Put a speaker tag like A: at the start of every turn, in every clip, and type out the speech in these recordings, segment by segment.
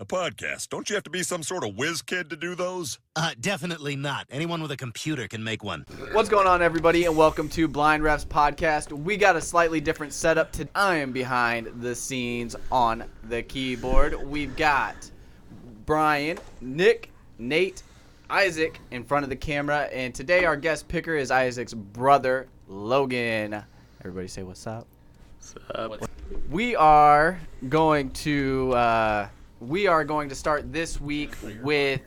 A: podcast. Don't you have to be some sort of whiz kid to do those?
B: Uh, definitely not. Anyone with a computer can make one.
C: What's going on, everybody, and welcome to Blind Refs Podcast. We got a slightly different setup today. I am behind the scenes on the keyboard. We've got Brian, Nick, Nate, Isaac in front of the camera, and today our guest picker is Isaac's brother, Logan. Everybody say what's up.
D: Uh,
C: We are going to uh, we are going to start this week with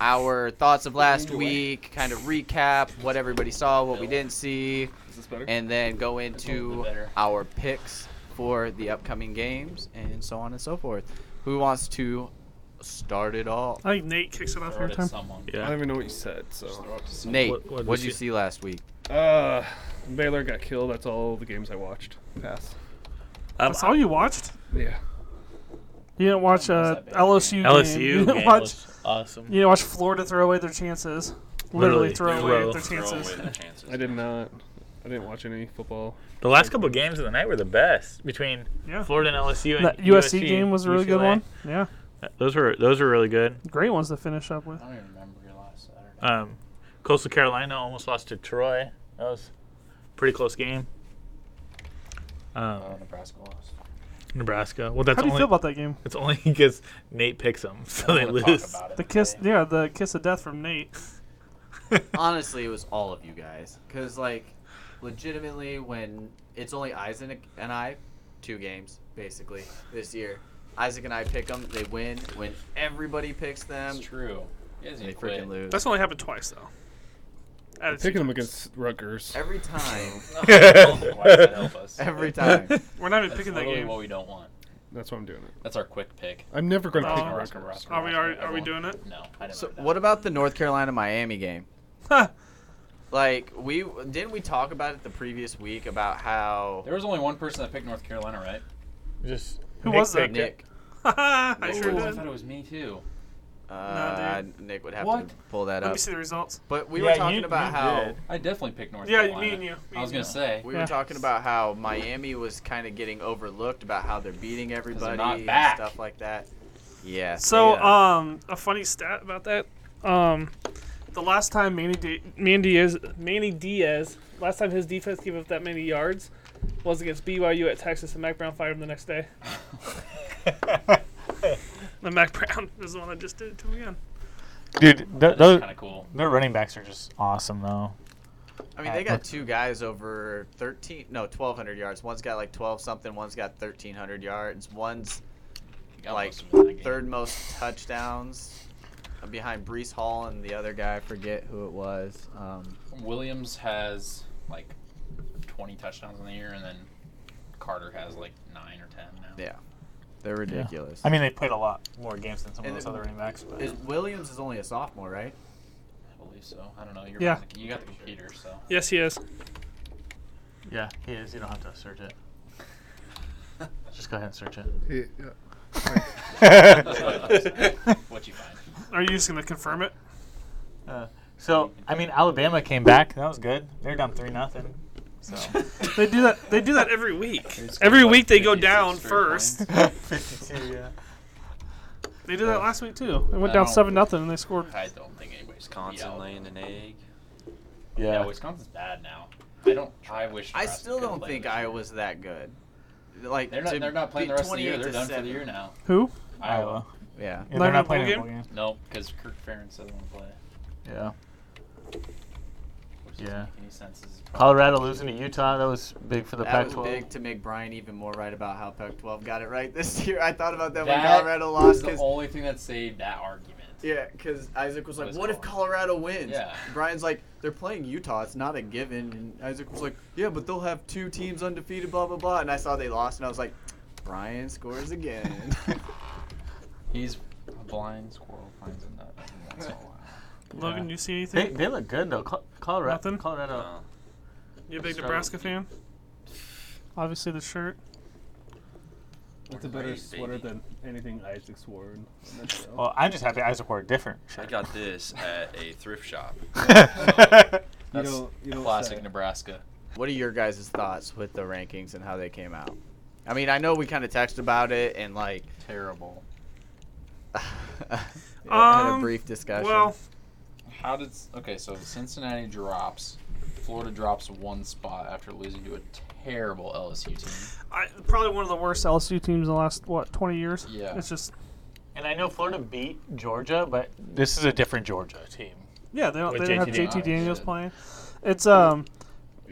C: our thoughts of last week, kind of recap what everybody saw, what we didn't see, and then go into our picks for the upcoming games and so on and so forth. Who wants to start it all?
D: I think Nate kicks it off every time.
E: I don't even know what you said. So,
C: Nate,
F: What- what
C: what
F: did
C: did
F: you
C: you
F: see?
C: see last week?
E: uh, Baylor got killed. That's all the games I watched. Pass.
F: Um,
D: That's all you watched.
E: Yeah.
D: You didn't watch uh, LSU. Game. You
F: LSU
D: didn't
F: game
D: watch.
F: was awesome.
D: You didn't watch Florida throw away their chances. Literally,
F: Literally
D: throw
F: throw-
D: away their chances.
E: I did not. I didn't watch any football.
F: The last couple of games of the night were the best between
D: Yeah.
F: Florida and LSU. And
D: That USC, game was a really good
F: UCLA.
D: one. Yeah,
F: Those were those were really good.
D: great ones to finish up with.
C: Uh,
F: Um, Coastal Carolina almost lost to Troy. That was a pretty close game. Um, Nebraska. Well, that's
D: How do you
F: only
D: feel about that game?
F: it's only because Nate picks them, so they lose.
D: The kiss, yeah, the kiss of death from Nate.
C: honestly, it was all of you guys. Because, like, legitimately, when it's only Isaac and I, two games, basically, this year. Isaac and I pick them, they win. When everybody picks them,
G: true.
C: Mm. they freaking lose.
D: That's only happened twice though. At its-
E: Picking them against Rutgers.
C: every time.
G: Why does that help us?
C: Every time.
D: We're not even
G: That's
D: picking that
G: literally
D: game.
G: what we don't want.
E: That's why I'm doing it.
G: That's our quick pick.
E: I'm never going to
D: Oh.
E: pick
G: Nebraska,
E: Rutgers.
D: Are we already,
G: Nebraska,
D: are we
G: everyone.
D: doing it?
G: No, I didn't.
C: so,
G: do that.
C: what about the North Carolina Miami game?
D: Huh.
C: Like, we didn't we talk about it the previous week about how
G: There was only one person that picked North Carolina, right?
F: Just
D: Who was that?
C: Nick.
D: I
G: Oh,
D: sure
G: I
D: did.
G: thought it was me too.
C: Uh, Nick would have
G: What?
C: to pull that
D: Let
C: up.
D: me see the results.
C: But we
F: Yeah,
C: were talking
F: you-
C: about
F: you
C: how
F: did.
G: I definitely picked North
D: Yeah, me
G: Carolina.
D: and you, me
G: I was
D: and
G: gonna say
C: We
D: Yeah.
C: were talking about how Miami was kind of getting overlooked about how they're beating everybody
G: not
C: and
G: back.
C: stuff like that. Yeah.
D: So,
C: yeah.
D: um, a funny stat about that. Um, the last time Manny, D- Manny Diaz, Manny Diaz, last time his defense gave up that many yards was against BYU at Texas, and Mac Brown fired him the next day. and Mac Brown is the one that just did it to him again.
F: dude. Th-
G: that's
F: those,
G: kind of cool.
F: their running backs are just awesome though.
C: I mean, they got two guys over 13, no, 1,200 yards. One's got like 12 something, one's got 1,300 yards. One's
G: You got
C: like
G: most of them in that game.
C: third most touchdowns uh, behind Brees Hall and the other guy. I forget who it was. Um,
G: Williams has like 20 touchdowns in the year, and then Carter has like nine or ten now.
C: yeah. They're ridiculous.
F: I mean, they played a lot more games than some of
C: And
F: those
C: it-
F: other running backs. But.
C: Is- Williams is only a sophomore, right?
G: I believe so. I don't know. You're
D: Yeah.
G: You got the computer, so
D: Yes, he is.
F: Yeah, he is. You don't have to search it. Just go ahead and search it.
E: Yeah, yeah.
G: what you find.
D: Are you just gonna confirm it?
F: Uh, so I mean, Alabama came back. That was good. They're down three nothing. So
D: They do that. They do that every week. Every week they go
G: 56
D: down
G: straight
D: first.
F: fifty-two. Yeah.
D: They did that last week too. They went
G: I
D: down
G: don't-
D: seven nothing and they scored.
G: I don't think anybody's gonna beat
H: Wisconsin
G: Alabama.
H: laying an egg.
G: Yeah,
F: Yeah.
G: Wisconsin's bad now. I don't. I wish.
C: I
G: Nebraska
C: still
G: could
C: don't
G: play
C: think
G: this year.
C: Iowa's that good. Like
G: They're not.
C: to
G: They're not playing the
C: beat
G: rest of the year.
C: 28
G: They're
C: to
G: done for the
C: 7.
G: year now.
D: Who?
F: Iowa.
C: Yeah.
F: Yeah,
D: Not
F: they're
D: even a
F: not
D: bowl
F: playing in
D: game?
F: the bowl game.
G: Nope, because Kirk Ferentz doesn't want to play.
F: Yeah.
G: Which doesn't
F: Yeah.
G: make any sense. This is probably-
F: Colorado losing to Utah. That was big for the
C: That was
F: Pac-12.
C: big to make Brian even more right about how Pac-12 got it right this year. I thought about that, when
G: That
C: Colorado lost
G: is the
C: because
G: only thing that saved that argument.
C: yeah, because Isaac was like,
G: Was
C: "What if Colorado wins?"
G: Yeah.
C: Brian's like, "They're playing Utah. It's not a given." And Isaac was like, "Yeah, but they'll have two teams undefeated, blah blah blah." And I saw they lost, and I was like, "Brian scores again."
G: He's a blind squirrel finds a nut. every once in a while.
D: Logan, you see
F: They,
D: anything?
F: they look good though. Col- Colorado.
D: Nothing?
F: Colorado.
D: You a big Nebraska fan? Obviously the shirt.
E: That's a better sweater than anything Isaac's worn. on that show.
F: Well, I'm just happy Isaac wore a different
H: I
F: shirt.
H: got this at a thrift shop.
E: you
G: That's
E: don't, you don't
G: Classic
E: say.
G: Nebraska.
C: What are your guys' thoughts with the rankings and how they came out? I mean, I know we kind of texted about it, and like
G: Terrible.
C: Yeah, I had a
D: Um,
C: brief discussion.
D: Well,
G: How did okay? So Cincinnati drops. Florida drops one spot after losing to a terrible LSU team.
D: I, probably one of the worst LSU teams in the last what twenty years.
G: Yeah.
D: it's just
F: And I know Florida beat Georgia, but this is a different Georgia team.
D: yeah they don't,
F: With
D: they don't have
F: JT
D: JT Daniels
G: Daniels.
D: playing. It's um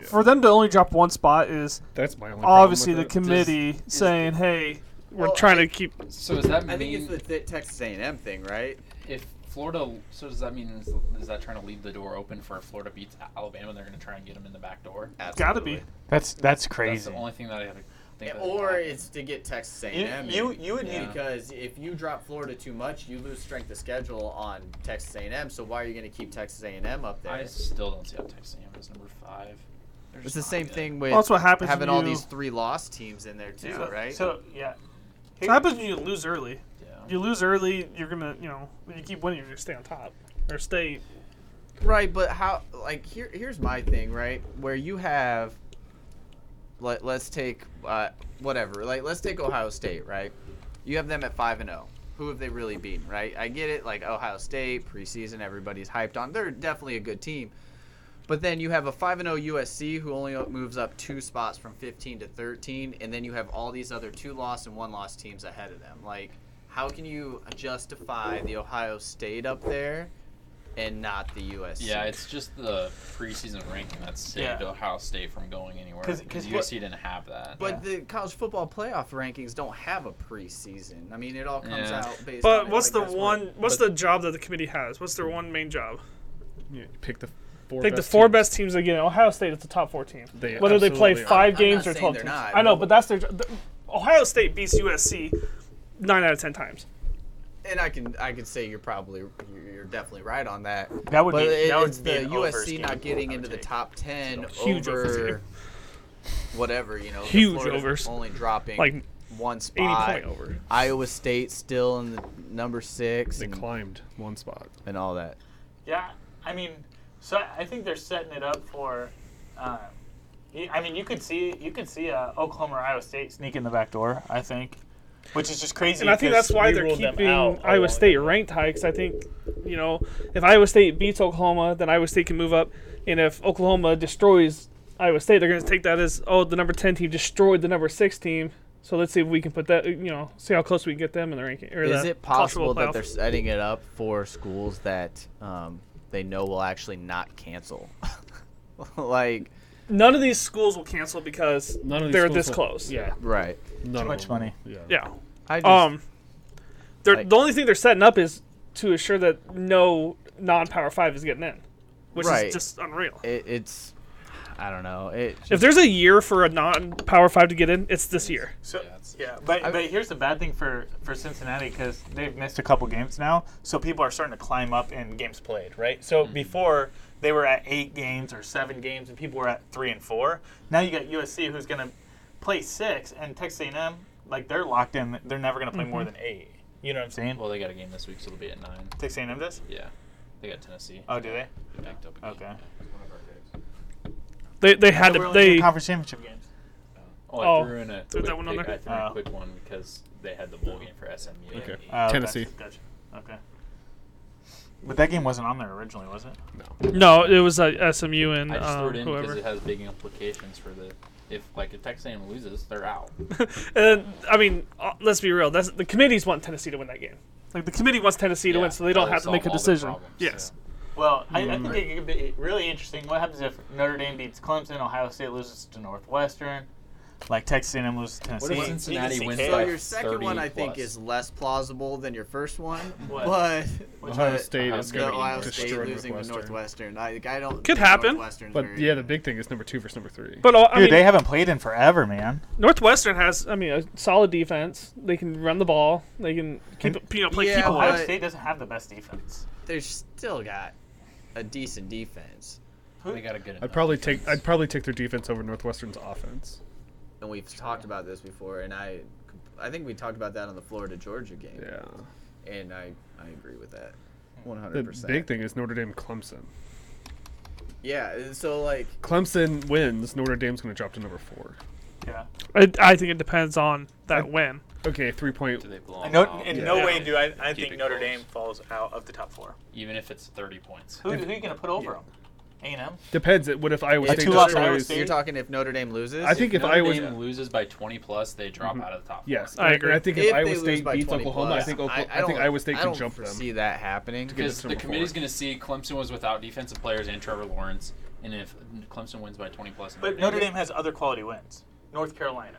D: for them to only drop one spot is
E: That's my only problem
D: obviously the
E: with it.
D: committee saying, "Hey, we're
C: Well,
D: trying to keep."
G: So does that
C: I think it's the
G: mean
C: th- Texas A&M thing, right?
G: if Florida? So does that mean is, is that trying to leave the door open for if Florida beats Alabama? They're going to try and get them in the back door.
D: Gotta be.
F: That's that's
G: That's
F: crazy.
G: the only thing that I have to think. that
I: Or
G: happened.
I: it's to get Texas
F: You-
I: A&M. in.
F: you- you would
G: Yeah. need-
I: because if you drop Florida too much, you lose strength of schedule on Texas A&M. So why are you going to keep Texas A&M up there?
G: I still don't see how Texas A&M is number five. They're
I: it's
G: just
I: the
G: not
I: same
G: good.
I: thing with
D: That's what happens
I: having
D: when
I: all
D: you-
I: these three loss teams in there too, right?
F: So yeah,
D: It happens when you lose early.
G: Yeah.
D: You lose early, you're gonna, you know, when you keep winning, you're gonna stay on top or stay.
C: Right, but how? Like here, here's my thing, right? Where you have, let let's take uh, whatever. Like let's take Ohio State, right? You have them at five and zero. Who have they really beaten, right? I get it. Like Ohio State preseason, everybody's hyped on. They're definitely a good team. But then you have a oh 5 0 USC who only moves up two spots from 15 to 13, and then you have all these other two loss and one loss teams ahead of them. Like, how can you justify the Ohio State up there and not the USC?
G: Yeah, it's just the preseason ranking that saved
F: Yeah.
G: Ohio State from going anywhere.
F: 'Cause-
G: Because
F: 'cause what-
G: USC didn't have that.
C: But the college football playoff rankings don't have a preseason. I mean, it all comes
G: Yeah.
C: out based.
D: But
C: on
D: what's
C: like,
D: the
C: that's what-
D: one? What's the job that the committee has? What's their one main job?
E: You pick the four.
D: Take the
E: best
D: four
E: teams.
D: best teams again. Ohio State is the top four team.
E: They
D: Whether they play
E: absolutely are.
D: five
C: I'm
D: games
C: not
D: or
C: saying
D: twelve
C: they're
D: teams,
C: not.
D: I know, but that's their. jo- The, Ohio State beats USC nine out of ten times.
C: And I can I can say you're probably you're- you're definitely right on that.
F: that would
C: But
F: be
C: it,
F: that would
C: it's
F: be
C: the
F: an
C: USC
F: overskin,
C: not getting
F: I would
C: into the
F: take.
C: top ten
D: Huge
C: over
D: overskin.
C: whatever you know. the
D: Huge
C: Florida
D: overs.
C: Only dropping
D: Like
C: like one
D: eighty
C: spot.
D: point over.
C: Iowa State still in the number six
E: They
C: and,
E: climbed one spot.
C: and all that.
F: Yeah, I mean, so I- I think they're setting it up for. Um, y- I mean, you could see you could see uh, Oklahoma or Iowa State sneak in the back door. I think, which is just crazy.
D: And I think
F: because
D: that's why
F: we
D: they're
F: ruled them
D: keeping
F: out
D: Iowa
F: along-
D: State ranked high because I think, you know, if Iowa State beats Oklahoma, then Iowa State can move up. And if Oklahoma destroys Iowa State, they're going to take that as, oh, the number 10 team destroyed the number 6 team. So let's see if we can put that, you know, see how close we can get them in the ranking. Or
C: Is
D: the
C: it
D: college football
C: possible that they're
D: playoff.
C: setting it up for schools that um, they know will actually not cancel? like,
D: None of these schools will cancel because
E: None of these
D: they're
E: schools
D: this
E: will-
D: close.
E: Yeah,
C: right?
E: none
F: Too
E: of
F: much
E: them.
F: money.
E: Yeah.
D: Yeah.
C: I just,
D: Um, they're,
C: Like-
D: the only thing they're setting up is to assure that no non Power 5 is getting in, which
C: Right.
D: is just unreal.
C: it, it's I don't know. It
D: If there's a year for a non Power 5 to get in, it's this year.
F: So,
G: Yeah, it's-
F: yeah, but
C: I-
F: but here's the bad thing for for Cincinnati because they've missed a couple games now, so people are starting to climb up in games played, right? So
G: Mm-hmm.
F: before they were at eight games or seven games, and people were at three and four. Now you got USC who's going to play six, and Texas A&M like they're locked in; they're never going to play more than eight. You know what I'm saying?
G: Mm-hmm. well, they got a game this week, so they'll be at nine.
F: Texas A&M does.
G: Yeah, they got Tennessee
F: Oh, do they?
G: backed up. Again.
F: Okay.
D: They, they had
F: They were
D: to
F: only doing
D: they
F: conference championship games.
G: Oh, I
D: Oh,
G: threw in a
D: threw
G: quick
D: that one on
G: pick-
D: there?
G: I threw in a
F: Oh.
G: quick one because they had the bowl game for SMU.
E: Okay.
F: Oh, gotcha,
E: Tennessee.
F: Gotcha. Okay. But that game wasn't on there originally, was it?
D: no it was uh, SMU and
G: I just
D: uh,
G: threw it in because it
D: whoever
G: has big implications for the if like if Texas A&M loses, they're out.
D: and I mean uh, let's be real that's the committees want Tennessee to win that game like the committee wants Tennessee to
G: Yeah,
D: win so they don't
G: that'll
D: have to make a
G: solve all their
D: decision
G: problems,
D: yes
F: Well, I, I think it could be really interesting. What happens if Notre Dame beats Clemson, Ohio State loses to Northwestern, like Texas A&M loses to Tennessee?
G: if Cincinnati
F: You can see
G: wins
F: K-
G: by-
C: so
G: like
C: your second one, I
G: 30
C: think,
G: plus.
C: is less plausible than your first one.
F: What?
C: But
E: Ohio
C: but
E: State is
G: Ohio
E: going
C: the
E: to
C: Ohio
E: destroy
C: State losing to
E: Northwestern.
C: Northwestern, I, like, I don't
D: Could
C: think
D: happen.
C: Northwestern's
E: But
C: very
E: yeah, the
C: good.
E: big thing is number two versus number three.
D: but uh, I
F: Dude,
D: mean
F: they haven't played in forever, man.
D: Northwestern has I mean a solid defense they can run the ball they can keep you know play
C: Yeah,
D: keep
C: Ohio
D: away
C: but-
F: Ohio State doesn't have the best defense.
C: they're still got a decent defense,
G: They got a good.
E: I'd probably take I'd probably take their defense over Northwestern's offense.
C: and we've talked about this before. And I, I think we talked about that on the Florida Georgia game.
E: Yeah.
C: and I, I agree with that. One
E: The
C: hundred percent.
E: big thing is Notre Dame Clemson.
C: Yeah. So like,
E: Clemson wins, Notre Dame's going to drop to number four.
F: Yeah.
D: I, I think it depends on that win
E: Okay, three point.
G: Do Oh, they blow
F: I
G: them
F: know,
G: out?
F: in
E: Yeah.
F: no way do I, I
G: Keep
F: think
G: it
F: Notre
G: close.
F: Dame falls out of the top four.
G: Even if it's 30 points.
F: Who, who are you going to put over them? A&M?
E: Depends. it- What if Iowa
F: Yeah,
E: State
F: two lost Iowa
E: destroys?
F: State.
C: You're talking if Notre Dame loses.
E: I think if
G: Notre
E: Iowa.
G: Dame loses by 20 plus, they drop out of the top.
E: Yes,
D: I
E: and
D: agree.
E: and I think if,
C: If they
E: Iowa
C: lose
E: State
C: by
E: beats
C: 20
E: Oklahoma, I
C: plus,
E: think Oklahoma, I,
C: don't-
E: think Iowa State
C: I
E: can
C: don't
E: jump them.
C: See that happening.
E: Get us
G: Because
E: to
G: the
E: number
G: committee's
E: four.
G: going to see Clemson was without defensive players and Trevor Lawrence, and if Clemson wins by 20 plus,
F: But Notre Dame has other quality wins. North Carolina,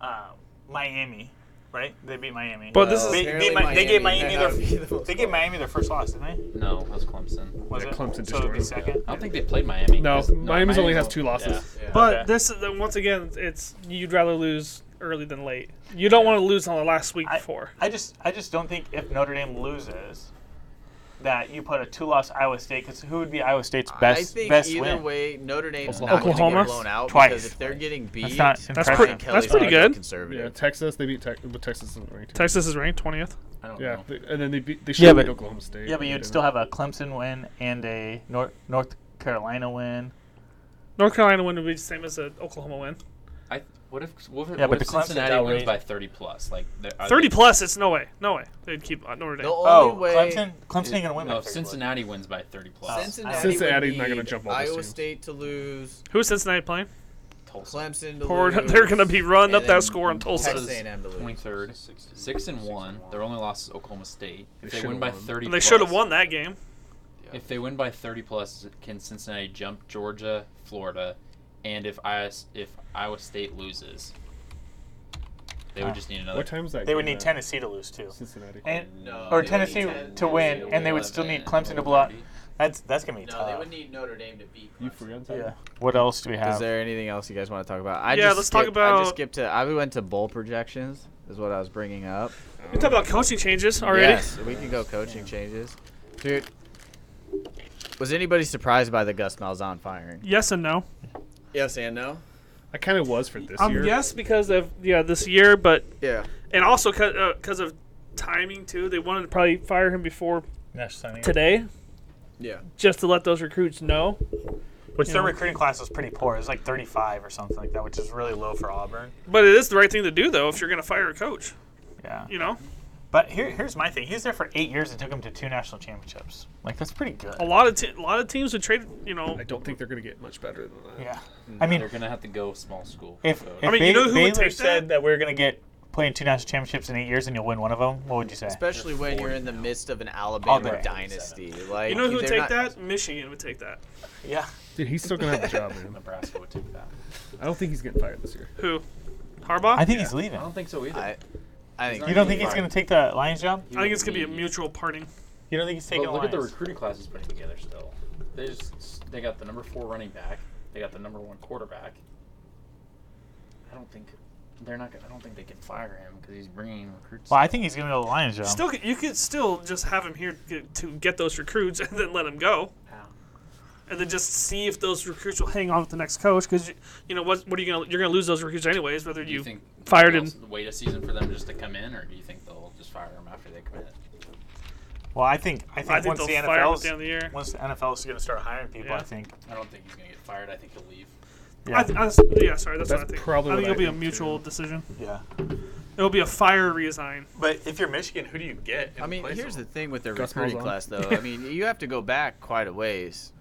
F: uh, Miami, right? They beat Miami.
D: But this
C: Well,
D: is
F: they, they,
C: apparently
F: Mi- they gave
C: Miami
F: Miami
C: may not be the
F: their
C: most
F: they gave Miami their first loss, didn't they?
G: no, it was Clemson.
F: Was
E: Yeah,
F: it
E: Clemson
F: So it'd be
E: destroyed
F: second.
G: I don't think they played Miami.
E: No,
G: 'cause-
E: Miami's only has
G: was-
E: two losses.
G: yeah.
D: But
F: Okay.
D: this, is- once again, it's you'd rather lose early than late. You don't want to lose on the last week
F: I-
D: before.
F: I just I just don't think if Notre Dame loses, that you put a two-loss Iowa State because who would be Iowa State's best
C: I think
F: best
C: either
F: win?
C: way, Notre Dame's not going to
D: Oklahoma?
C: get blown out
F: Twice.
C: because if they're getting beat,
F: not
D: That's
F: impressive.
D: pretty.
C: Brian Kelly's
D: That's pretty
C: gonna get
D: good.
E: Yeah,
C: Conservative.
E: Texas. They beat Texas, but Texas isn't ranked.
D: Texas is ranked twentieth.
G: I don't
E: Yeah,
G: know.
E: they, and then they beat. They should
F: Yeah,
E: beat
F: but-
E: Oklahoma State.
F: Yeah, but you'd still have a Clemson win and a North North Carolina win.
D: North Carolina win would be the same as an Oklahoma win.
G: I, what if what if,
F: Yeah,
G: what
F: but
G: if
F: the Clemson
G: Cincinnati
F: outrate-
G: wins by 30 plus? Like they're- are
D: Thirty
G: they-
D: plus, it's no way, no way. They'd keep uh, Notre Dame.
C: The only
F: Oh,
C: way
F: Clemson Clemson ain't gonna win.
G: No,
F: by
G: if
F: 30
G: Cincinnati wins by 30
F: Oh.
G: plus,
C: Cincinnati
E: Cincinnati's
C: would
E: not gonna
C: need
E: jump all those
C: Iowa
E: teams.
C: State to lose,
D: Who's Cincinnati playing?
G: Tulsa
C: Clemson to
D: Or
C: lose.
D: they're gonna be running up
C: and
D: that
C: then
D: score on
C: Texas
D: Tulsa.
C: A&M to lose.
G: 23rd, six and one. Their only loss is Oklahoma State. If
E: They
G: they win
E: should've
G: by
E: won.
G: 30,
D: And they should have
G: plus-
D: won that game.
G: If they win by 30 plus, can Cincinnati jump Georgia, Florida, and if I if Iowa State loses, they would just need another.
E: What time is that?
F: They would
E: game
F: need
E: at?
F: Tennessee to lose too,
E: Cincinnati.
F: and
C: No,
F: or
C: they would
F: Tennessee
C: need Ten-
F: to win, and they would still need Clemson to blow out. That's that's gonna be
C: No, they
F: tough.
C: would need Notre Dame to beat.
E: You
C: Clemson.
E: forgot that.
F: Yeah. What else do we
C: Is
F: have?
C: there anything else you guys want to talk about? I
D: Yeah,
C: just
D: let's talk
C: skipped- I
D: about-
C: just skipped to. I went to bowl projections. Is what I was bringing up.
D: You talk about coaching changes already.
C: Yes, we can go coaching changes, dude. Was anybody surprised by the Gus Malzahn firing?
D: Yes and no.
C: Yes and no.
E: I kind of was for this
D: Um,
E: year.
D: yes because of yeah this year, but
C: Yeah.
D: and also because of timing too. They wanted to probably fire him before
F: Next signing.
D: today
C: Yeah.
D: just to let those recruits know.
F: Which
D: you
F: their
D: know.
F: recruiting class was pretty poor. It was like 35 or something like that, which is really low for Auburn.
D: But it is the right thing to do though if you're gonna fire a coach.
F: Yeah.
D: You know,
F: But here, here's my thing. He was there for eight years and took him to two national championships. Like that's pretty good.
G: Oh,
D: a lot of te- a lot of teams would trade. You know,
E: I don't think they're going to get much better than that.
F: Yeah. I mean,
G: They're gonna have to go small school.
F: if,
G: So-
F: if
D: mean, you
F: Bay-
D: know who would
F: Baylor
D: take that?
F: said that we are gonna get playing two national championships in eight years and you'll win one of them, what would you say?
C: Especially when you're in the midst of an Alabama
F: day.
C: dynasty. Like
D: you know who would
C: they're
D: take
C: not-
D: that? Michigan would take that.
F: Yeah.
E: Dude, he's still going to have the job, man.
G: Nebraska would take that.
E: I don't think he's getting fired this year.
D: Who? Harbaugh.
F: I think he's leaving.
G: I don't think so either.
C: I, I think
F: you don't think he's gonna take the Lions job?
D: I think it's gonna be a mutual parting.
F: You don't think he's
G: But
F: taking
G: look at
F: Lions?
G: the recruiting class he's putting together. Still, they just they got the number four running back. They got the number one quarterback. I don't think they're not. gonna- I don't think they can fire him because he's bringing recruits.
F: well, I think he's gonna go to the Lions job.
D: Still, you could still just have him here to, to get those recruits and then let him go,
G: Yeah.
D: and then just see if those recruits will hang on with the next coach. Because you, you know what? What are you gonna? You're gonna lose those recruits anyways, whether
G: Do
D: you,
G: you think
D: fired
G: they'll
D: him.
G: Wait a season for them just to come in, or do you think they'll just fire him after they commit?
F: Well, I think I think,
D: I think
F: once
D: they'll
F: the
D: fire him
F: NFL's
D: at the end of the year.
F: once the NFL is going to start hiring people,
D: Yeah.
F: I think.
G: I don't think he's gonna get fired. I think he'll leave.
D: I
F: Yeah.
D: th- I s- yeah, sorry, that's, what I
E: That's
D: think.
E: probably
D: I think
E: what
D: it'll
E: I
D: be a
E: think,
D: mutual decision.
F: yeah.
D: It'll be a fire resign.
F: But if you're Michigan, who do you get?
C: I mean, here's the thing with their
E: Gus
C: recruiting
E: Malzahn.
C: class, though. I mean, you have to go back quite a ways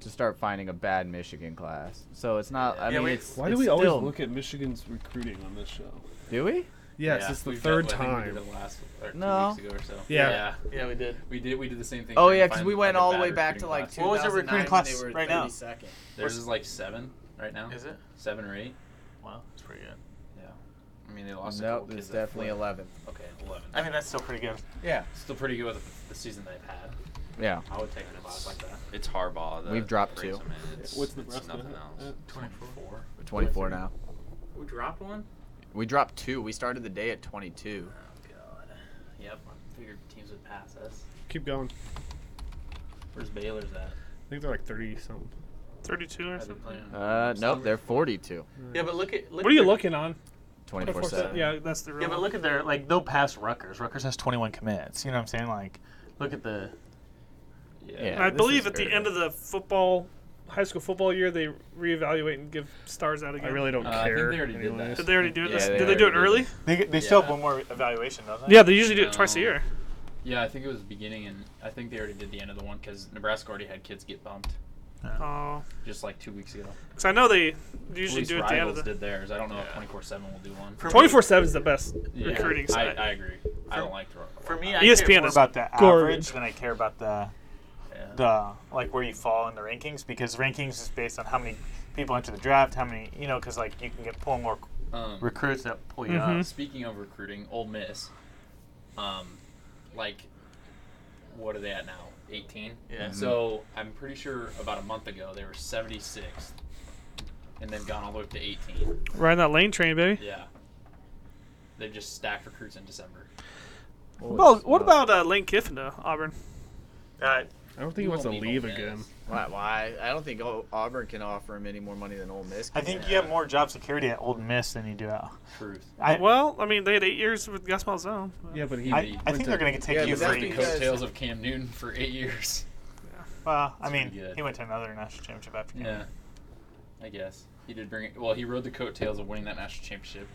C: to start finding a bad Michigan class. So it's not. I
F: Yeah,
C: mean,
F: we-
C: it's.
E: Why do
C: it's
E: we always
C: still-
E: look at Michigan's recruiting on this show?
C: Do we?
E: Yes,
G: Yeah,
E: it's the
G: we've
E: third
G: done- I think
E: time.
G: we did it last or two
C: No.
G: weeks ago or so.
E: Yeah.
F: yeah, we did.
G: we did. We did the same thing.
C: Oh
G: trying to
C: yeah, because
G: find,
C: we went
G: like, a
C: all the
G: bad
C: way back to
G: recruiting
C: like
G: class.
C: two
F: What was
C: thousand
F: the
C: nine.
F: recruiting class
C: they were
F: right now?
C: 32nd.
G: Theirs is like seven right now.
F: Is it?
G: seven or eight?
F: Wow, that's pretty good.
G: Yeah. I mean, they lost. a
C: Nope,
G: couple
C: it's
G: kids that
C: definitely
G: flipped.
C: eleven.
G: Okay, eleven.
F: I mean, that's still pretty good.
C: Yeah.
G: still pretty good with the season they've had.
C: Yeah.
G: I would take a class like that.
H: It's Harbaugh. That
C: We've dropped
H: brings
C: two.
H: him in. It's,
E: What's
H: it's
E: Nebraska
H: nothing
E: at?
H: else.
G: Twenty-four.
C: Twenty-four now.
G: We dropped one.
C: We dropped two. We started the day at twenty-two.
G: Oh god. Yep. I figured teams would pass us.
E: Keep going.
G: Where's Baylor's at?
E: I think they're like 30 something.
D: 32 or
G: Are they
D: something.
G: playing?
C: Uh, nope, they're forty-two.
F: Yeah, but look at look
D: What are you
F: at their-
D: looking on?
C: 24/7.
D: Yeah, that's the real.
F: Yeah, but look at their like they'll pass Rutgers. Rutgers has 21 commits. You know what I'm saying? Like, look at the
G: Yeah.
C: Yeah.
D: I
C: this
D: believe
C: is
D: at the
C: very
D: end of the football high school football year they reevaluate and give stars out
E: I
D: again?
E: really don't
G: Uh, I think
E: care.
G: they already did that.
E: anyways.
D: Did they already do it?
C: Yeah,
D: this,
C: they
D: did they do it
C: already did.
D: early?
F: They, they still have
G: Yeah.
F: one more evaluation, don't they?
D: Yeah, they usually do it twice a
G: No.
D: year.
G: Yeah, I think it was beginning, and I think they already did the end of the one because Nebraska already had kids get bumped
D: Oh,
G: just like two weeks ago.
D: because I know they
G: At
D: usually
G: least
D: do it the end
G: rivals
D: of the
G: did theirs. I don't know if twenty four seven will do one.
F: For me-
D: twenty four seven is the best E
G: Yeah,
D: recruiting
G: I,
D: site.
G: I agree. I don't like the
F: For me, I
D: ESPN
F: care more
D: is
F: about the
D: garbage.
F: average than I care about the
G: Yeah.
F: the like where you fall in the rankings because rankings is based on how many people enter the draft, how many you know, because like you can get pull more
G: Um,
F: recruits that pull you
D: Mhm.
F: up.
G: Uh, Speaking of recruiting, Ole Miss, um, like, what are they at now? 18?
F: Yeah.
G: So I'm pretty sure about a month ago they were 76th, and they've gone all the way up to 18.
D: Riding that lane train, baby.
G: Yeah. They've just stacked recruits in December.
D: Well, what about uh, Lane Kiffin to Auburn?
F: Uh,
E: I don't think he
G: We
E: wants to
G: won't beat
E: leave
G: Ole Miss.
E: again.
C: Why? Why? I don't think Au- Auburn can offer him any more money than Ole Miss.
F: I
C: Can.
F: think you have more job security at Old Miss than you do at.
G: Truth.
F: I,
D: Well, I mean, they had eight years with Gus Malzone.
E: Yeah, but he.
F: I, I
E: went
F: think
E: to-
F: they're going to take
C: Yeah,
F: you
C: but that's
F: for
G: The
C: because-
G: coattails of Cam Newton for eight years.
F: Well, I mean,
G: pretty good.
F: he went to another national championship after. Cam.
G: Yeah. I guess he did bring it. Well, he rode the coattails of winning that national championship.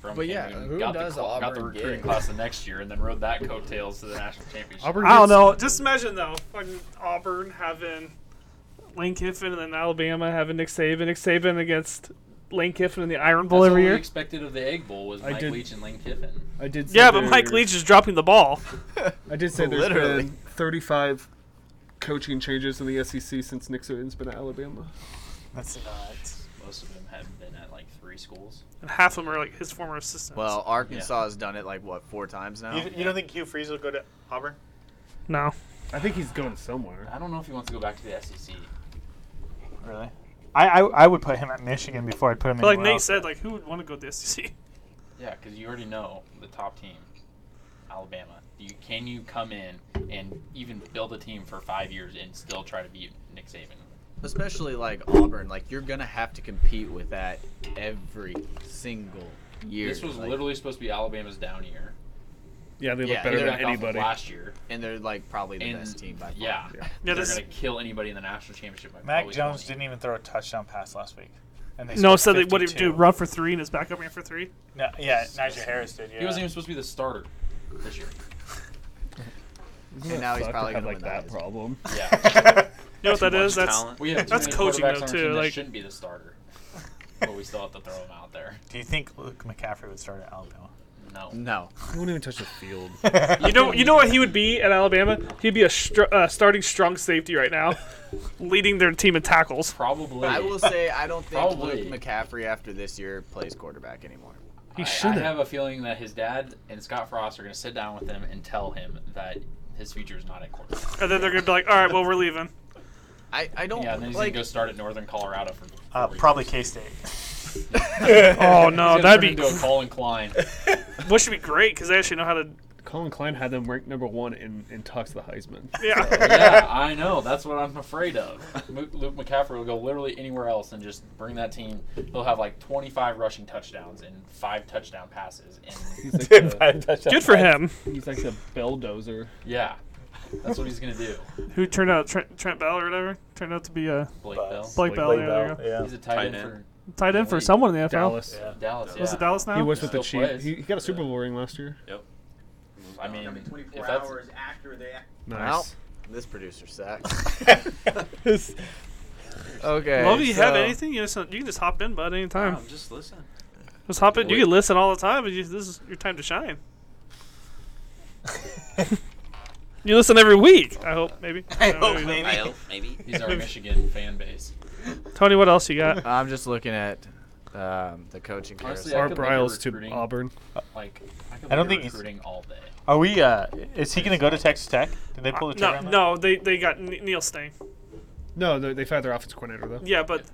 G: From
C: But
G: Cam
C: yeah,
G: Newton,
C: who
G: got
C: does
G: the, cl- got the
C: Auburn
G: recruiting
C: get?
G: class the next year, and then rode that coattails to the national championship.
E: Auburn
D: I don't
E: gets-
D: know. Just imagine though, fucking Auburn having Lane Kiffin and then Alabama having Nick Saban. Nick Saban against Lane Kiffin in the Iron Bowl
G: That's
D: every
G: what we
D: year.
G: expected of the Egg Bowl was
E: I
G: Mike
E: did-
G: Leach and Lane Kiffin.
E: I did. Say
D: Yeah, but
E: there-
D: Mike Leach is dropping the ball.
E: I did say there's
C: Literally.
E: been 35 coaching changes in the SEC since Nick Saban's been at Alabama.
F: That's nuts.
G: Most of them have been at like three schools.
D: And half of them are like his former assistants.
C: Well, Arkansas has done it like what four times now.
F: You, you don't think Hugh Freeze will go to Auburn?
D: no.
E: I think he's going somewhere.
G: I don't know if he wants to go back to the E SEC.
F: Really? I, I, I would put him at Michigan before I'd put him
D: But like
F: anywhere
D: Nate
F: else.
D: said, like who would want to go to the E SEC?
G: Yeah, because you already know the top team, Alabama. You can you come in and even build a team for five years and still try to beat Nick Saban?
C: especially like Auburn, like you're gonna have to compete with that every single year.
G: This was
C: Like,
G: literally supposed to be Alabama's down year.
E: Yeah, they look
C: Yeah,
E: better
G: They're
E: than
G: back off of
E: anybody.
G: last year.
C: and they're like probably the
G: and
C: best team by far.
G: yeah,
D: Yeah,
G: they're
D: this-
G: gonna kill anybody in the national championship. By
F: Mac
G: probably
F: Jones
G: 20.
F: didn't even throw a touchdown pass last week. And they
D: No,
F: scored
D: so they what did he do?
F: 52.
D: Run for three and his backup ran for three.
F: No, yeah, Najee Harris did. Yeah.
G: He wasn't even supposed to be the starter this year.
C: And
E: Doesn't that
C: now he's
E: suck to
C: probably
E: have
C: gonna
E: like
C: win
E: that
C: that, isn't it?
E: problem.
G: Yeah,
D: You know what that is? That's
H: talent.
G: we have too
D: That's
G: many
D: coaching,
G: quarterbacks
D: though,
G: on our
D: too,
G: team
D: like-
G: that shouldn't be the starter, but we still have to throw him out there.
F: do you think Luke McCaffrey would start at Alabama?
G: No.
C: No,
E: He won't even touch the field.
D: You know, you know what he would be at Alabama? He'd be a str- uh, starting strong safety right now, leading their team in tackles.
G: Probably.
C: I will say I don't think
G: Probably.
C: Luke McCaffrey after this year plays quarterback anymore.
E: he
G: I, I
E: shouldn't.
G: have a feeling that his dad and Scott Frost are going to sit down with him and tell him that his future is not at quarterback.
D: And then they're gonna be like, all right, well we're leaving.
C: I, I don't
G: Yeah, and then he's
C: like.
G: going to go start at Northern Colorado for.
F: Uh, probably K State.
D: Oh no, that'd be
G: into a Colin Klein.
D: which should be great because they actually know how to.
E: Colin Klein had them ranked number one in, in talks the Heisman.
D: Yeah,
G: yeah, I know. That's what I'm afraid of. Luke Luke McCaffrey will go literally anywhere else and just bring that team. He'll have like 25 rushing touchdowns and five touchdown passes. And
E: He's like, the,
D: good for him.
E: he's like the bulldozer.
G: yeah, that's what he's going to do.
D: Who turned out Trent, Trent Bell or whatever turned out to be a
G: Blake Bell.
D: Blake Bell.
F: Blake
D: yeah, there you
F: Bell.
D: go.
F: Yeah.
G: He's a tight,
H: Tight
G: end,
H: end.
D: Tight end for
G: Wait.
D: someone in the NFL.
E: Dallas.
G: for Dallas. Yeah.
D: Was it Dallas now?
E: He was with the
G: Still
E: Chiefs.
G: plays.
E: He, he got a Super Bowl ring last year.
G: I mean, if
J: 24
G: that's
J: hours after they
C: Well,
E: Nice.
C: this producer sucks.
F: His-
C: okay.
D: Well, if you have
C: so-
D: anything, you, just, you can just hop in, bud, anytime.
H: I'm just listening.
D: Just hop in. You can listen all the time. but You, this is your time to shine. you listen every week. I hope, maybe. I don't know, maybe not.
H: I hope, maybe.
G: he's our Michigan fan base.
D: Tony, what else you got?
C: I'm just looking at um, the coaching
G: Honestly,
C: carousel.
G: I
E: Art
G: could look at
E: Briles to
G: recruiting.
E: Auburn.
G: Like, I, could
F: I don't
G: look at
F: think he's-
G: recruiting all day.
F: Are we? Uh, is he going to go to Texas Tech? Did they pull the trigger
D: No,
F: on that?
D: no, they they got N- Neil Stain.
E: No, they, they fired their offensive coordinator though.
D: Yeah, but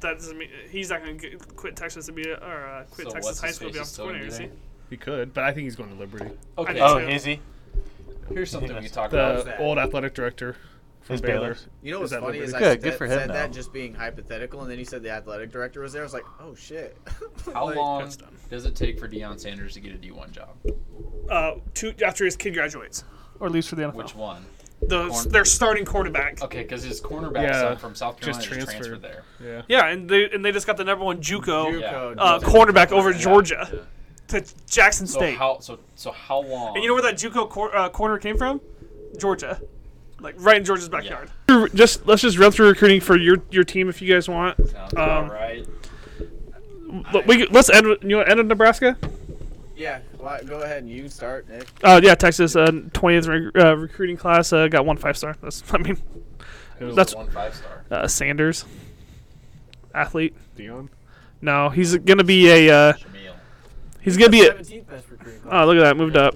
D: that doesn't mean he's not going to quit Texas to be a, or uh, quit
G: So
D: Texas
G: what's
D: high
G: his
D: school to
G: face
D: be
G: is
D: offensive
G: still gonna
D: coordinator.
G: be
D: Is he?
G: there?
E: He could, but I think he's going to Liberty.
D: I
G: Okay,
D: do
F: Oh,
D: too.
F: is he?
G: here's something we could talk about.
E: The old athletic director from
F: Is
E: Baylor.
F: Baylor.
C: You know what's
E: that
C: funny is I
F: Good,
C: said,
F: good
C: that-
F: for him,
C: said that
F: though.
C: just being hypothetical, and then you said the athletic director was there. I was like, oh shit.
G: How
C: Like,
G: long
D: that's done.
G: does it take for Deion Sanders to get a D1 job?
D: Uh, two after his kid graduates or leaves for the NFL.
F: Oh.
G: Which one?
D: the
G: Corn-
D: their starting quarterback.
G: Okay, because his cornerback
E: Yeah,
G: son from South Carolina
E: just
G: just transferred,
E: transferred.
G: there.
E: Yeah.
D: Yeah, and they and they just got the number one JUCO
C: Juco,
D: uh,
C: Juco.
D: cornerback over Georgia
G: Yeah.
D: to Jackson
G: So
D: State.
G: how so so how long?
D: and you know where that JUCO cor- uh, corner came from? Georgia, like right in Georgia's backyard. Just let's just run through recruiting for your your team if you guys want.
G: Sounds about right.
D: Look, we could- let's end. with- You want to end in Nebraska?
C: Yeah, why- go ahead. You start, Nick.
D: Uh, yeah, Texas twentieth uh, recruiting class uh, got one five star. That's I mean
E: Who's
D: that's
G: One five star.
D: uh, Sanders, athlete.
E: Dion?
D: No, he's gonna be a uh,
G: Jamil.
D: he's gonna be a.
C: 17th best recruiting class.
D: Oh, look at that, moved up.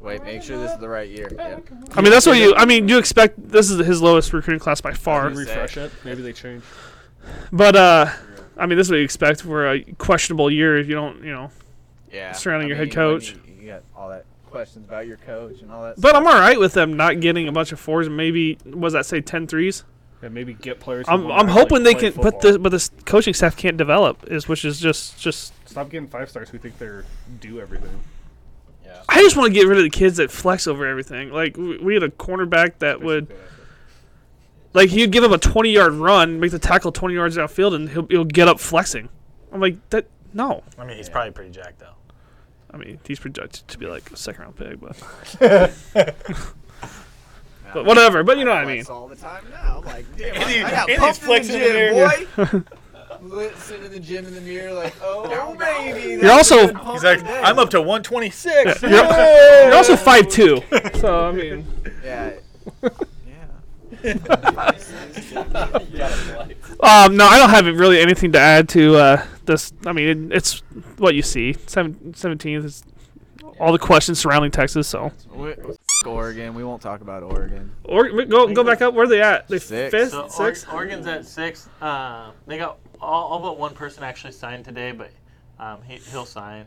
C: Wait, make sure this is the right year. Yeah.
D: I mean, that's what you. I mean, you expect this is his lowest recruiting class by far.
E: Can you refresh it? Maybe they change.
D: But uh, I mean, this is what you expect for a questionable year if you don't, you know.
C: yeah.
D: Surrounding your head
C: when
D: coach.
C: You, you got all that questions about your coach and all that.
D: But I'm all right with them not getting a bunch of fours. and Maybe what does that say 10 threes?
E: Yeah, maybe get players. who
D: I'm
E: wanna,
D: I'm
E: like,
D: hoping they
E: play
D: can put
E: football.
D: this, but this coaching staff can't develop is which is just just.
E: Stop getting five stars who think they're do everything.
D: I just want to get rid of the kids that flex over everything. Like we we had a cornerback that would. Like he'd give him a twenty yard run, make the tackle twenty yards downfield, and he'll he'll get up flexing. I'm like that. No,
F: I mean, he's probably pretty jacked though.
D: I mean he's projected to be like a second round pick, but but whatever. But you know what I mean.
C: Flex all the time now. Like, damn,
F: Andy-
C: I, I got
F: Andy's
C: pumped
F: flexing
C: in
F: in
C: the
F: there.
C: gym, boy. Lit- Sitting in the gym in the mirror, like, oh, baby.
D: You're also
F: He's like, I'm up to 126.
D: you're, you're also five two. So I mean,
C: Yeah.
D: um, no, I don't have really anything to add to uh, this. I mean, it, it's what you see. Seventeenth is all the questions surrounding Texas. So
C: Oregon. We won't talk about Oregon.
D: or go go back up. Where are they at? They
C: Six.
D: fifth,
F: So Or-
D: six.
F: Oregon's at six. Uh, they got all, all but one person actually signed today, but um, he, he'll sign,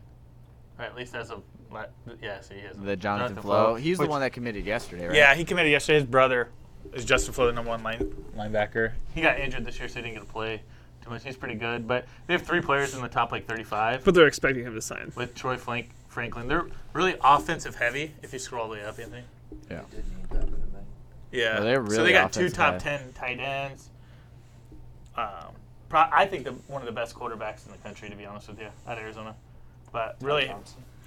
F: or at least as of la- yeah. So he has
C: The Jonathan, Flo. He's the one that committed yesterday, right?
F: Yeah, he committed yesterday. His brother is Justin Flo, the number one line, linebacker. He got injured this year, so he didn't get to play too much. He's pretty good, but they have three players in the top like 35
D: But they're expecting him to sign.
F: with Troy Flank, Franklin. They're really offensive heavy. If you scroll all the way up, Anthony.
C: Yeah.
F: Yeah.
C: No, they're
F: so
C: really
F: they got two
C: offensive
F: top
C: heavy.
F: ten tight ends. Um, pro- I think the, one of the best quarterbacks in the country, to be honest with you, at Arizona. But really,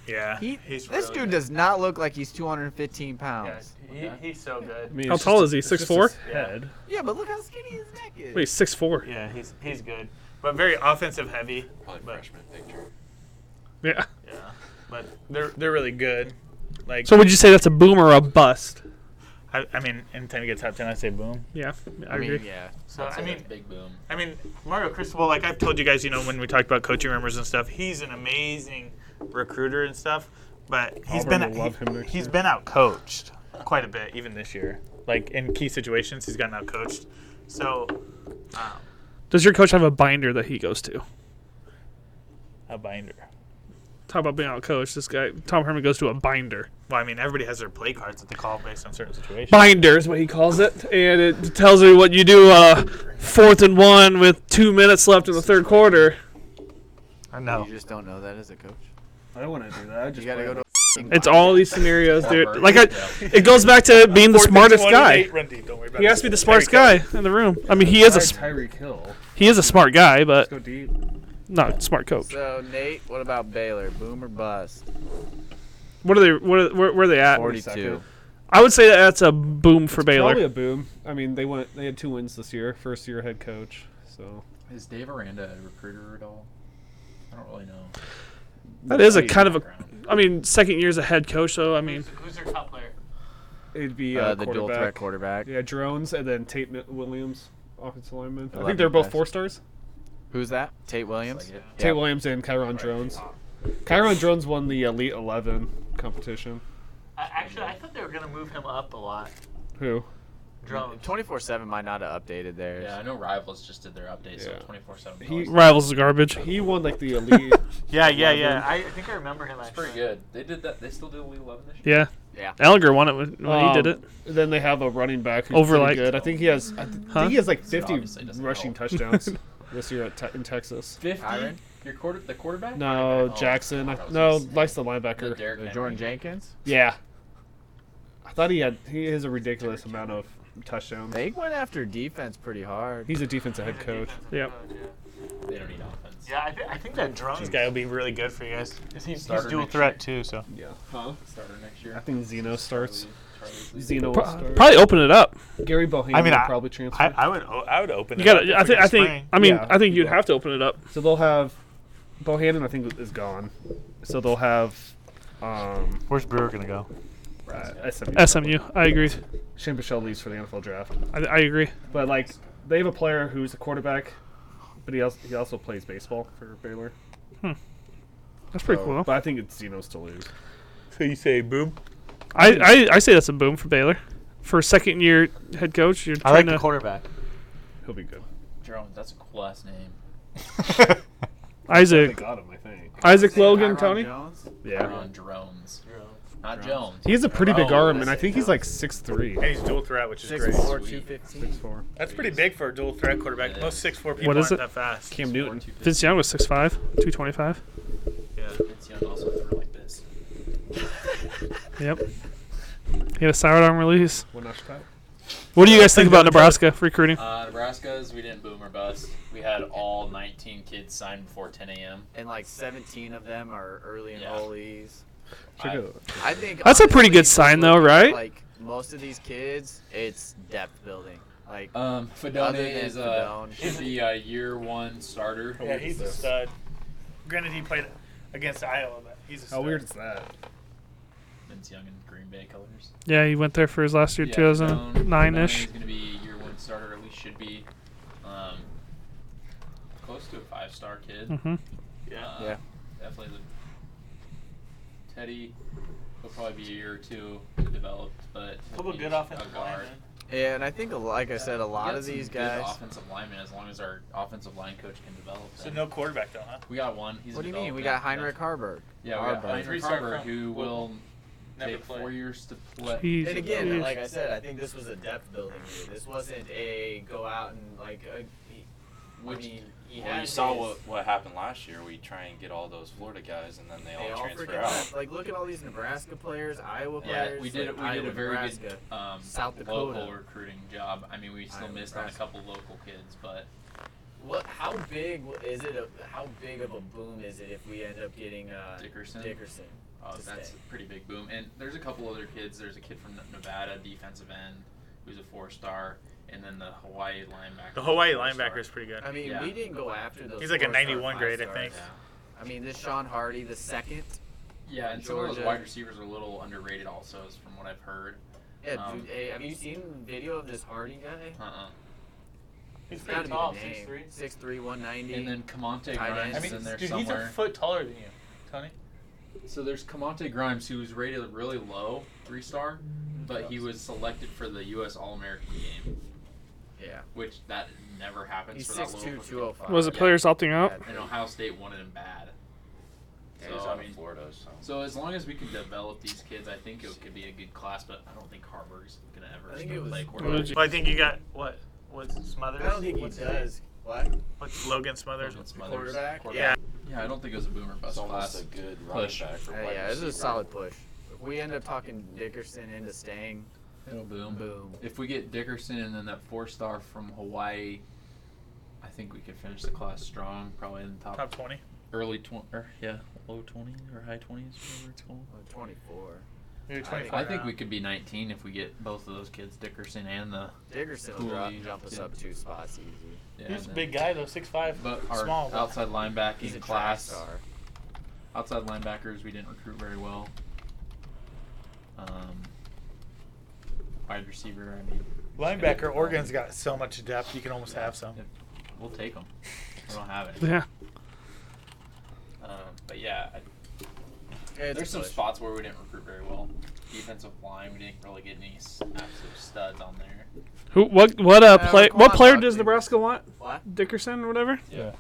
F: yeah,
C: He,
F: he's
C: this
F: really
C: dude
F: good.
C: does not look like he's 215 pounds.
F: Yeah, he, he's so good.
E: mean,
D: How
E: it's
D: tall is
E: just-
D: he?
E: it's just
D: 6'4"?
E: his Head.
C: Yeah. but look how skinny his neck is.
D: Wait, six four.
F: Yeah, he's he's good, but very offensive heavy.
H: Probably
F: But-
H: freshman picture.
D: Yeah.
F: Yeah, but they're they're really good. Like
D: So would you say that's a boom or a bust?
F: I, I mean, anytime you get top ten, I say boom.
D: Yeah, I,
C: I
D: agree.
C: mean, yeah.
F: So I mean,
G: big boom.
F: I mean, Mario Cristobal, like I've told you guys, you know, when we talked about coaching rumors and stuff, he's an amazing recruiter and stuff. But he's
E: Auburn
F: been
E: will love him next
F: he, has
E: year.
F: been out coached quite a bit, even this year. Like in key situations, he's gotten out coached. So
D: Does your coach have a binder that he goes to?
F: a binder.
D: Talk about being out coached. This guy Tom Herman goes to a binder.
F: Well, I mean, everybody has their play cards that they call based on certain situations.
D: binder is what he calls it, and it tells you what you do uh, fourth and one with two minutes left in the third quarter.
F: I know.
C: You just don't know that as a coach.
E: I don't want to do that. I just
C: You gotta go to.
D: It's all these scenarios, dude. Like I, it goes back to being the
F: Fourth and
D: smartest
F: 20,
D: guy.
F: eight, run deep, don't worry about
D: He
F: it.
D: has to be the smartest
F: There you
D: guy in the room. I mean, he is a s-
E: Tyreek Hill.
D: he is a smart guy, but
E: Go deep.
D: not a smart coach.
C: So Nate, what about Baylor? Boom or bust?
D: What are they? What are, where, where are they at?
C: 42.
D: I would say that that's a boom for
E: Probably
D: Baylor.
E: a boom. I mean, they went. They had two wins this year. First year head coach. So
G: Is Dave Aranda a recruiter at all? I don't really know.
D: That is a kind of a. I mean, second year's a head coach, so I mean,
F: Who's, who's their top player?
E: it'd be
C: Uh,
E: uh,
C: the dual
E: quarterback.
C: threat quarterback.
E: Yeah, drones and then Tate Mi- Williams, offensive lineman. I
C: Eleven
E: think they're both
C: best.
E: four stars.
C: Who's that? Tate Williams.
G: Like it.
E: Tate Williams and Kyron Drones. Kyron Drones won the Elite Eleven competition.
F: I, actually, I thought they were gonna move him up a lot.
E: Who?
F: Drones.
C: 24/7 might not have updated theirs.
G: Yeah, I know Rivals just did their update, so
E: Yeah.
G: 24 7.
E: He-
G: It's
D: rivals is garbage.
E: He won like the Elite.
F: Yeah, yeah, yeah. I, I think I remember him actually.
G: pretty good. They did that. They still do Elite 11 this year.
D: Yeah.
C: Yeah.
D: Ellinger won it when, when he did it.
E: Um, Then they have a running back who's
D: Over,
E: pretty
D: like-
E: good. I think he has. I, th-
D: Huh?
E: think he has like
G: it
E: fifty
G: obviously doesn't
E: rushing
G: help.
E: touchdowns this year at te- in Texas.
G: 50? Your quarter, the quarterback?
E: No,
G: Oh,
E: Jackson.
G: I
E: I,
G: thought it was
E: no,
G: the same.
E: likes the
G: The
E: linebacker.
G: Derrick
C: Uh,
G: Henry.
C: Jordan Jenkins.
E: Yeah. I thought he had he has a ridiculous amount of touchdowns.
C: They went after defense pretty hard.
E: He's a defensive head coach.
D: Yep.
C: They don't need offense.
F: Yeah, I, th- I think that drums guy will be really good for you guys. 'Cause He's, he's
G: Starter
F: dual
G: next
F: threat too, so
E: Yeah. Huh?
G: Starter next
E: I
G: year.
E: think Zeno starts.
G: Charlie's leaving.
E: Zeno will start.
D: Probably open it up.
E: Gary Bohannon
F: I mean,
E: will
F: I-
E: probably
F: I,
E: transfer.
F: I would o- I would open.
D: You
F: it up
D: gotta.
F: if
D: I
F: we
D: think.
F: get
D: I think.
F: spring.
D: I mean,
E: Yeah.
D: I think you'd have to open it up.
E: so they'll have Bohannon. I think is gone. So they'll have um,
F: Where's Brewer gonna go?
E: uh, SMU.
D: SMU. I agree.
E: Shane Bichelle leaves for the NFL draft.
D: I, I agree.
E: But like they have a player who's a quarterback, but he also he also plays baseball for Baylor.
D: That's pretty cool.
E: But I think it's Zeno's to lose.
F: So you say boom?
D: I, I, I say that's a boom for Baylor. For second year head coach, you're
F: I
D: trying
F: like
D: to.
F: the quarterback.
E: He'll be good.
G: Jones, that's a cool last name.
E: They
D: Isaac
E: got him, I think.
D: Isaac Logan Tony.
K: Jones?
E: Yeah.
G: Ron Drones. Not Jones.
E: He has a pretty big
G: Oh,
E: arm,
G: I
E: and I
G: see.
E: think he's like six three.
F: And he's dual threat, which is
C: Six four two fifteen.
F: That's pretty big for a dual threat quarterback.
G: Yeah.
F: Most six four people
D: What is
F: aren't
D: it?
F: that fast.
E: Cam Newton.
D: Vince Young was 6'5", 225.
F: Yeah.
G: Vince Young also threw like this.
D: Yep. He had a sour arm release.
E: One notch top.
D: What do you guys think about Nebraska recruiting?
G: Uh, Nebraska's, we didn't boom or bust. We had all 19 kids signed before 10 a.m.
C: And like 17 of them are early
G: Yeah.
C: enrollees.
E: Check
G: I-
E: it out.
C: I think
D: That's a pretty
C: honestly,
D: good
C: just
D: sign, though,
C: looking at,
D: right?
C: Like most of these kids, it's depth building. Like
G: Um,
C: Other
G: Fedone
C: than
G: is uh,
C: Fedone.
G: is the uh, year one starter.
F: Yeah, he's a stud. Granted, he played against Iowa, but he's a
D: Oh,
F: stud.
E: How weird is that?
G: Vince Young in Green Bay colors.
D: Yeah, he went there for his last year, 2009-ish.
G: He's going to be year one starter, at least should be. Um, close to a five star kid.
D: hmm
G: Uh,
C: Yeah.
G: Definitely the Teddy will probably be a year or two to develop, but he'll
F: Couple
G: be
F: good
G: a
F: offensive
G: guard.
F: linemen.
C: yeah, and I think like I said, a
G: We
C: lot
G: got
C: of
G: some
C: these
G: good
C: guys.
G: offensive linemen, as long as our offensive line coach can develop.
F: So
G: them.
F: no quarterback though, huh?
G: we got one. He's
C: What do you mean? We got
G: developing.
C: Heinrich Harburg.
G: Yeah, we got
C: Harburg.
G: Heinrich
F: Three-star
G: Harburg,
F: from-
G: who
F: would
G: will
F: never
G: take
F: play.
G: four years to play.
D: Jeez.
C: And again,
D: Jeez.
C: like I said, I think this was a depth building. move. This wasn't a go out and like. A, he- I
G: Which-
C: mean, he
H: Well,
C: had
H: you saw
C: his-
H: what, what happened last year. We try and get all those Florida guys, and then they,
C: They all
H: transfer
C: freaking
H: out.
C: left. Like look at all these Nebraska players, Iowa
G: Yeah,
C: players.
G: we did.
C: like,
G: we did
C: Iowa,
G: a very
C: Nebraska.
G: good um,
C: South
G: local
C: Dakota.
G: recruiting job. I mean, we still
C: Iowa,
G: missed
C: Nebraska.
G: on a couple local kids, but
C: What? How big w- is it? A, how big of a boom is it if we end up getting uh,
G: Dickerson.
C: Dickerson?
G: uh,
C: to
G: that's
C: stay?
G: a pretty big boom. And there's a couple other kids. There's a kid from Ne- Nevada, defensive end, who's a four-star, and then the Hawaii linebacker.
F: The Hawaii
G: who's a four-star.
F: linebacker is pretty good.
C: I mean,
G: Yeah.
C: we didn't go after those.
F: He's like a
C: four-star,
F: 91 grade, I
C: five-stars.
F: think.
C: I mean, this Sean Hardy, the second.
G: Yeah, and some of those
C: Georgia.
G: wide receivers are a little underrated, also, is from what I've heard.
C: Yeah,
G: Um,
C: dude, hey, have you seen video of this Hardy guy?
G: Uh-uh.
F: He's
C: It's gotta
F: pretty
C: be
F: tall,
C: the
F: six
C: name.
F: three.
C: 6'3", 190.
G: And then Camonte
C: Tight ends.
G: Grimes is
C: I mean,
G: in there
F: dude, he's a
G: somewhere.
F: foot taller than you, Tony.
G: So there's Camonte Grimes, who was rated really low, three star, but he was selected for the U.S. All American game,
C: yeah,
G: which that never happens
C: he's
G: for that
C: 6'2",
G: low.
C: 205.
D: Was the
G: Yeah.
D: players opting out?
C: Yeah.
G: And Ohio State wanted him bad.
H: Yeah,
G: So,
H: he's
G: I
H: out
G: mean-
H: of Florida, so.
G: So as long as we can develop these kids, I think it could be a good class. But I don't think Harburg's gonna ever
C: I think it
G: play
C: was-
G: quarterback.
D: Well,
F: Well, I think you got what? What's Smothers?
C: I don't think he
F: What's-
C: does. What?
F: What's Logan Smothers?
G: Logan Smothers.
F: Quarterback.
C: Quarterback?
F: Yeah.
G: Yeah, I don't think it was a boomer
H: That's
G: bust
H: almost
G: class.
H: a good running
G: Push.
H: back for
C: Uh,
H: wide
C: yeah, this is a
H: receiver.
C: solid push. If we end up talking Dickerson into staying,
G: It'll boom.
C: boom.
G: If we get Dickerson and then that four star from Hawaii, I think we could finish the class strong, probably in the top,
F: Top twenty.
G: early twenty or yeah, low twenties or high twenties, whatever it's called.
C: 24.
F: Maybe
C: I
F: twenty
C: think-
F: five.
G: I think we could be nineteen if we get both of those kids, Dickerson and the
C: Dickerson will
G: Cool.
C: drop, jump us
G: Yeah.
C: up two spots easy.
G: yeah,
F: He's a
G: and
F: big guy though, six five.
G: then- But our
F: small.
G: outside
C: He's a
G: linebacking
C: class
G: class,
C: star.
G: outside linebackers, we didn't recruit very well. Um, wide receiver, I mean,
F: Linebacker. Oregon's got so much depth. You can almost have some.
G: we'll take them. We don't have any.
D: Yeah.
G: Um, but yeah, I,
C: It's
G: There's
C: a
G: some
C: push.
G: spots where we didn't recruit very well. Defensive line, we didn't really get any s- absolute studs on there.
D: Who? What? What? Uh,
C: Uh,
D: play?
C: Quan
D: What player
C: Buckley.
D: does Nebraska want?
C: What?
D: Dickerson or whatever.
C: Yeah,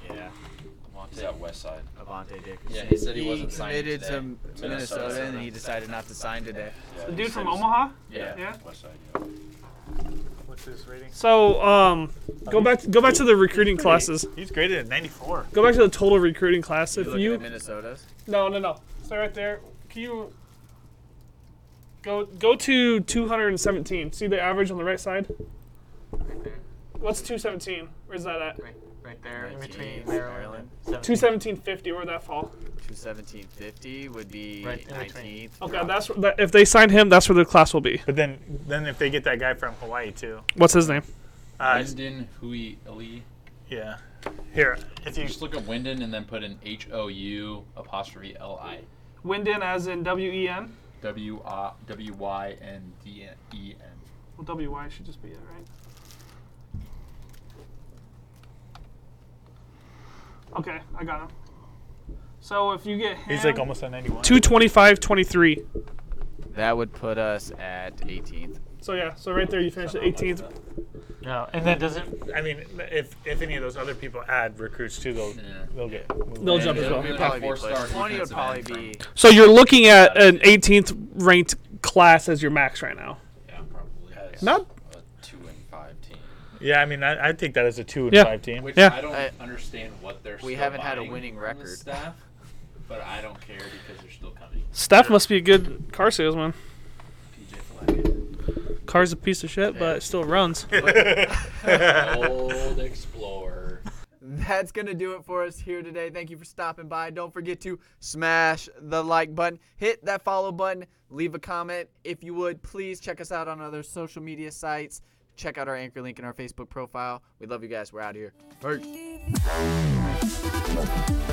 H: He's out west side.
C: Avante Dickerson.
G: Yeah, he said he wasn't signing
C: committed
G: today.
C: to Minnesota,
H: Minnesota.
C: and he decided not to sign today.
H: Yeah,
D: The
H: he
D: dude
H: said
D: from
H: he's-
D: Omaha.
H: Yeah,
D: Yeah.
H: west side. Yeah.
F: What's his rating?
D: So, um, go back. Go back to the recruiting classes.
F: He's graded at ninety four.
D: Go back to the total recruiting class. If
C: looking
D: you
C: at Minnesota's?
D: no no no, stay right there. Can you? Go go to 217. See the average on the right side?
F: Right there.
D: What's 217? Where's that at?
F: Right, right there in between
C: Nineteen,
F: Maryland and 17.
D: 217.50. Where'd that fall?
C: 21750 would be
F: Right in between.
C: 19th.
D: Okay, that's wh- that, if they sign him, that's where their class will be.
F: But then, then if they get that guy from Hawaii too,
D: What's his name?
F: uh,
G: Wyndon Hui Ali.
F: yeah. Here, if you
G: Just look up Wyndon and then put in H O U apostrophe L I.
D: Winden, as in W E N.
G: W I W Y N D E N.
D: Well, W Y should just be it, right? Okay, I got him. So if you get him,
F: he's like almost on 91.
D: 225.23.
C: That would put us at 18th.
D: So yeah, so right there you finish at 18th.
F: No, and that doesn't. I mean, if if any of those other people add recruits too, they'll they'll get. moved.
D: They'll jump as
G: It'll
D: well.
G: be
C: Probably
G: like
C: be
G: four star.
C: pushed. 20 would probably be.
D: So you're looking at an 18th ranked class as your max right now.
G: Yeah, probably. Has
D: Not-
G: a two and five team.
F: Yeah, I mean, I, I'd take that as a two and
D: Yeah.
F: five team.
G: Which
D: Yeah.
G: I don't
C: I-
G: understand what they're.
C: We
G: still
C: haven't had a
G: buying
C: winning
G: from the
C: record.
G: Staff, but I don't care because they're still coming.
D: Steph must be a good car salesman.
G: PJ Fleck,
D: Car's a piece of shit, but it still runs.
G: old explorer.
C: That's going to do it for us here today. Thank you for stopping by. Don't forget to smash the like button, hit that follow button, leave a comment if you would. Please check us out on other social media sites. Check out our anchor link in our Facebook profile. We love you guys. We're out of here. Peace.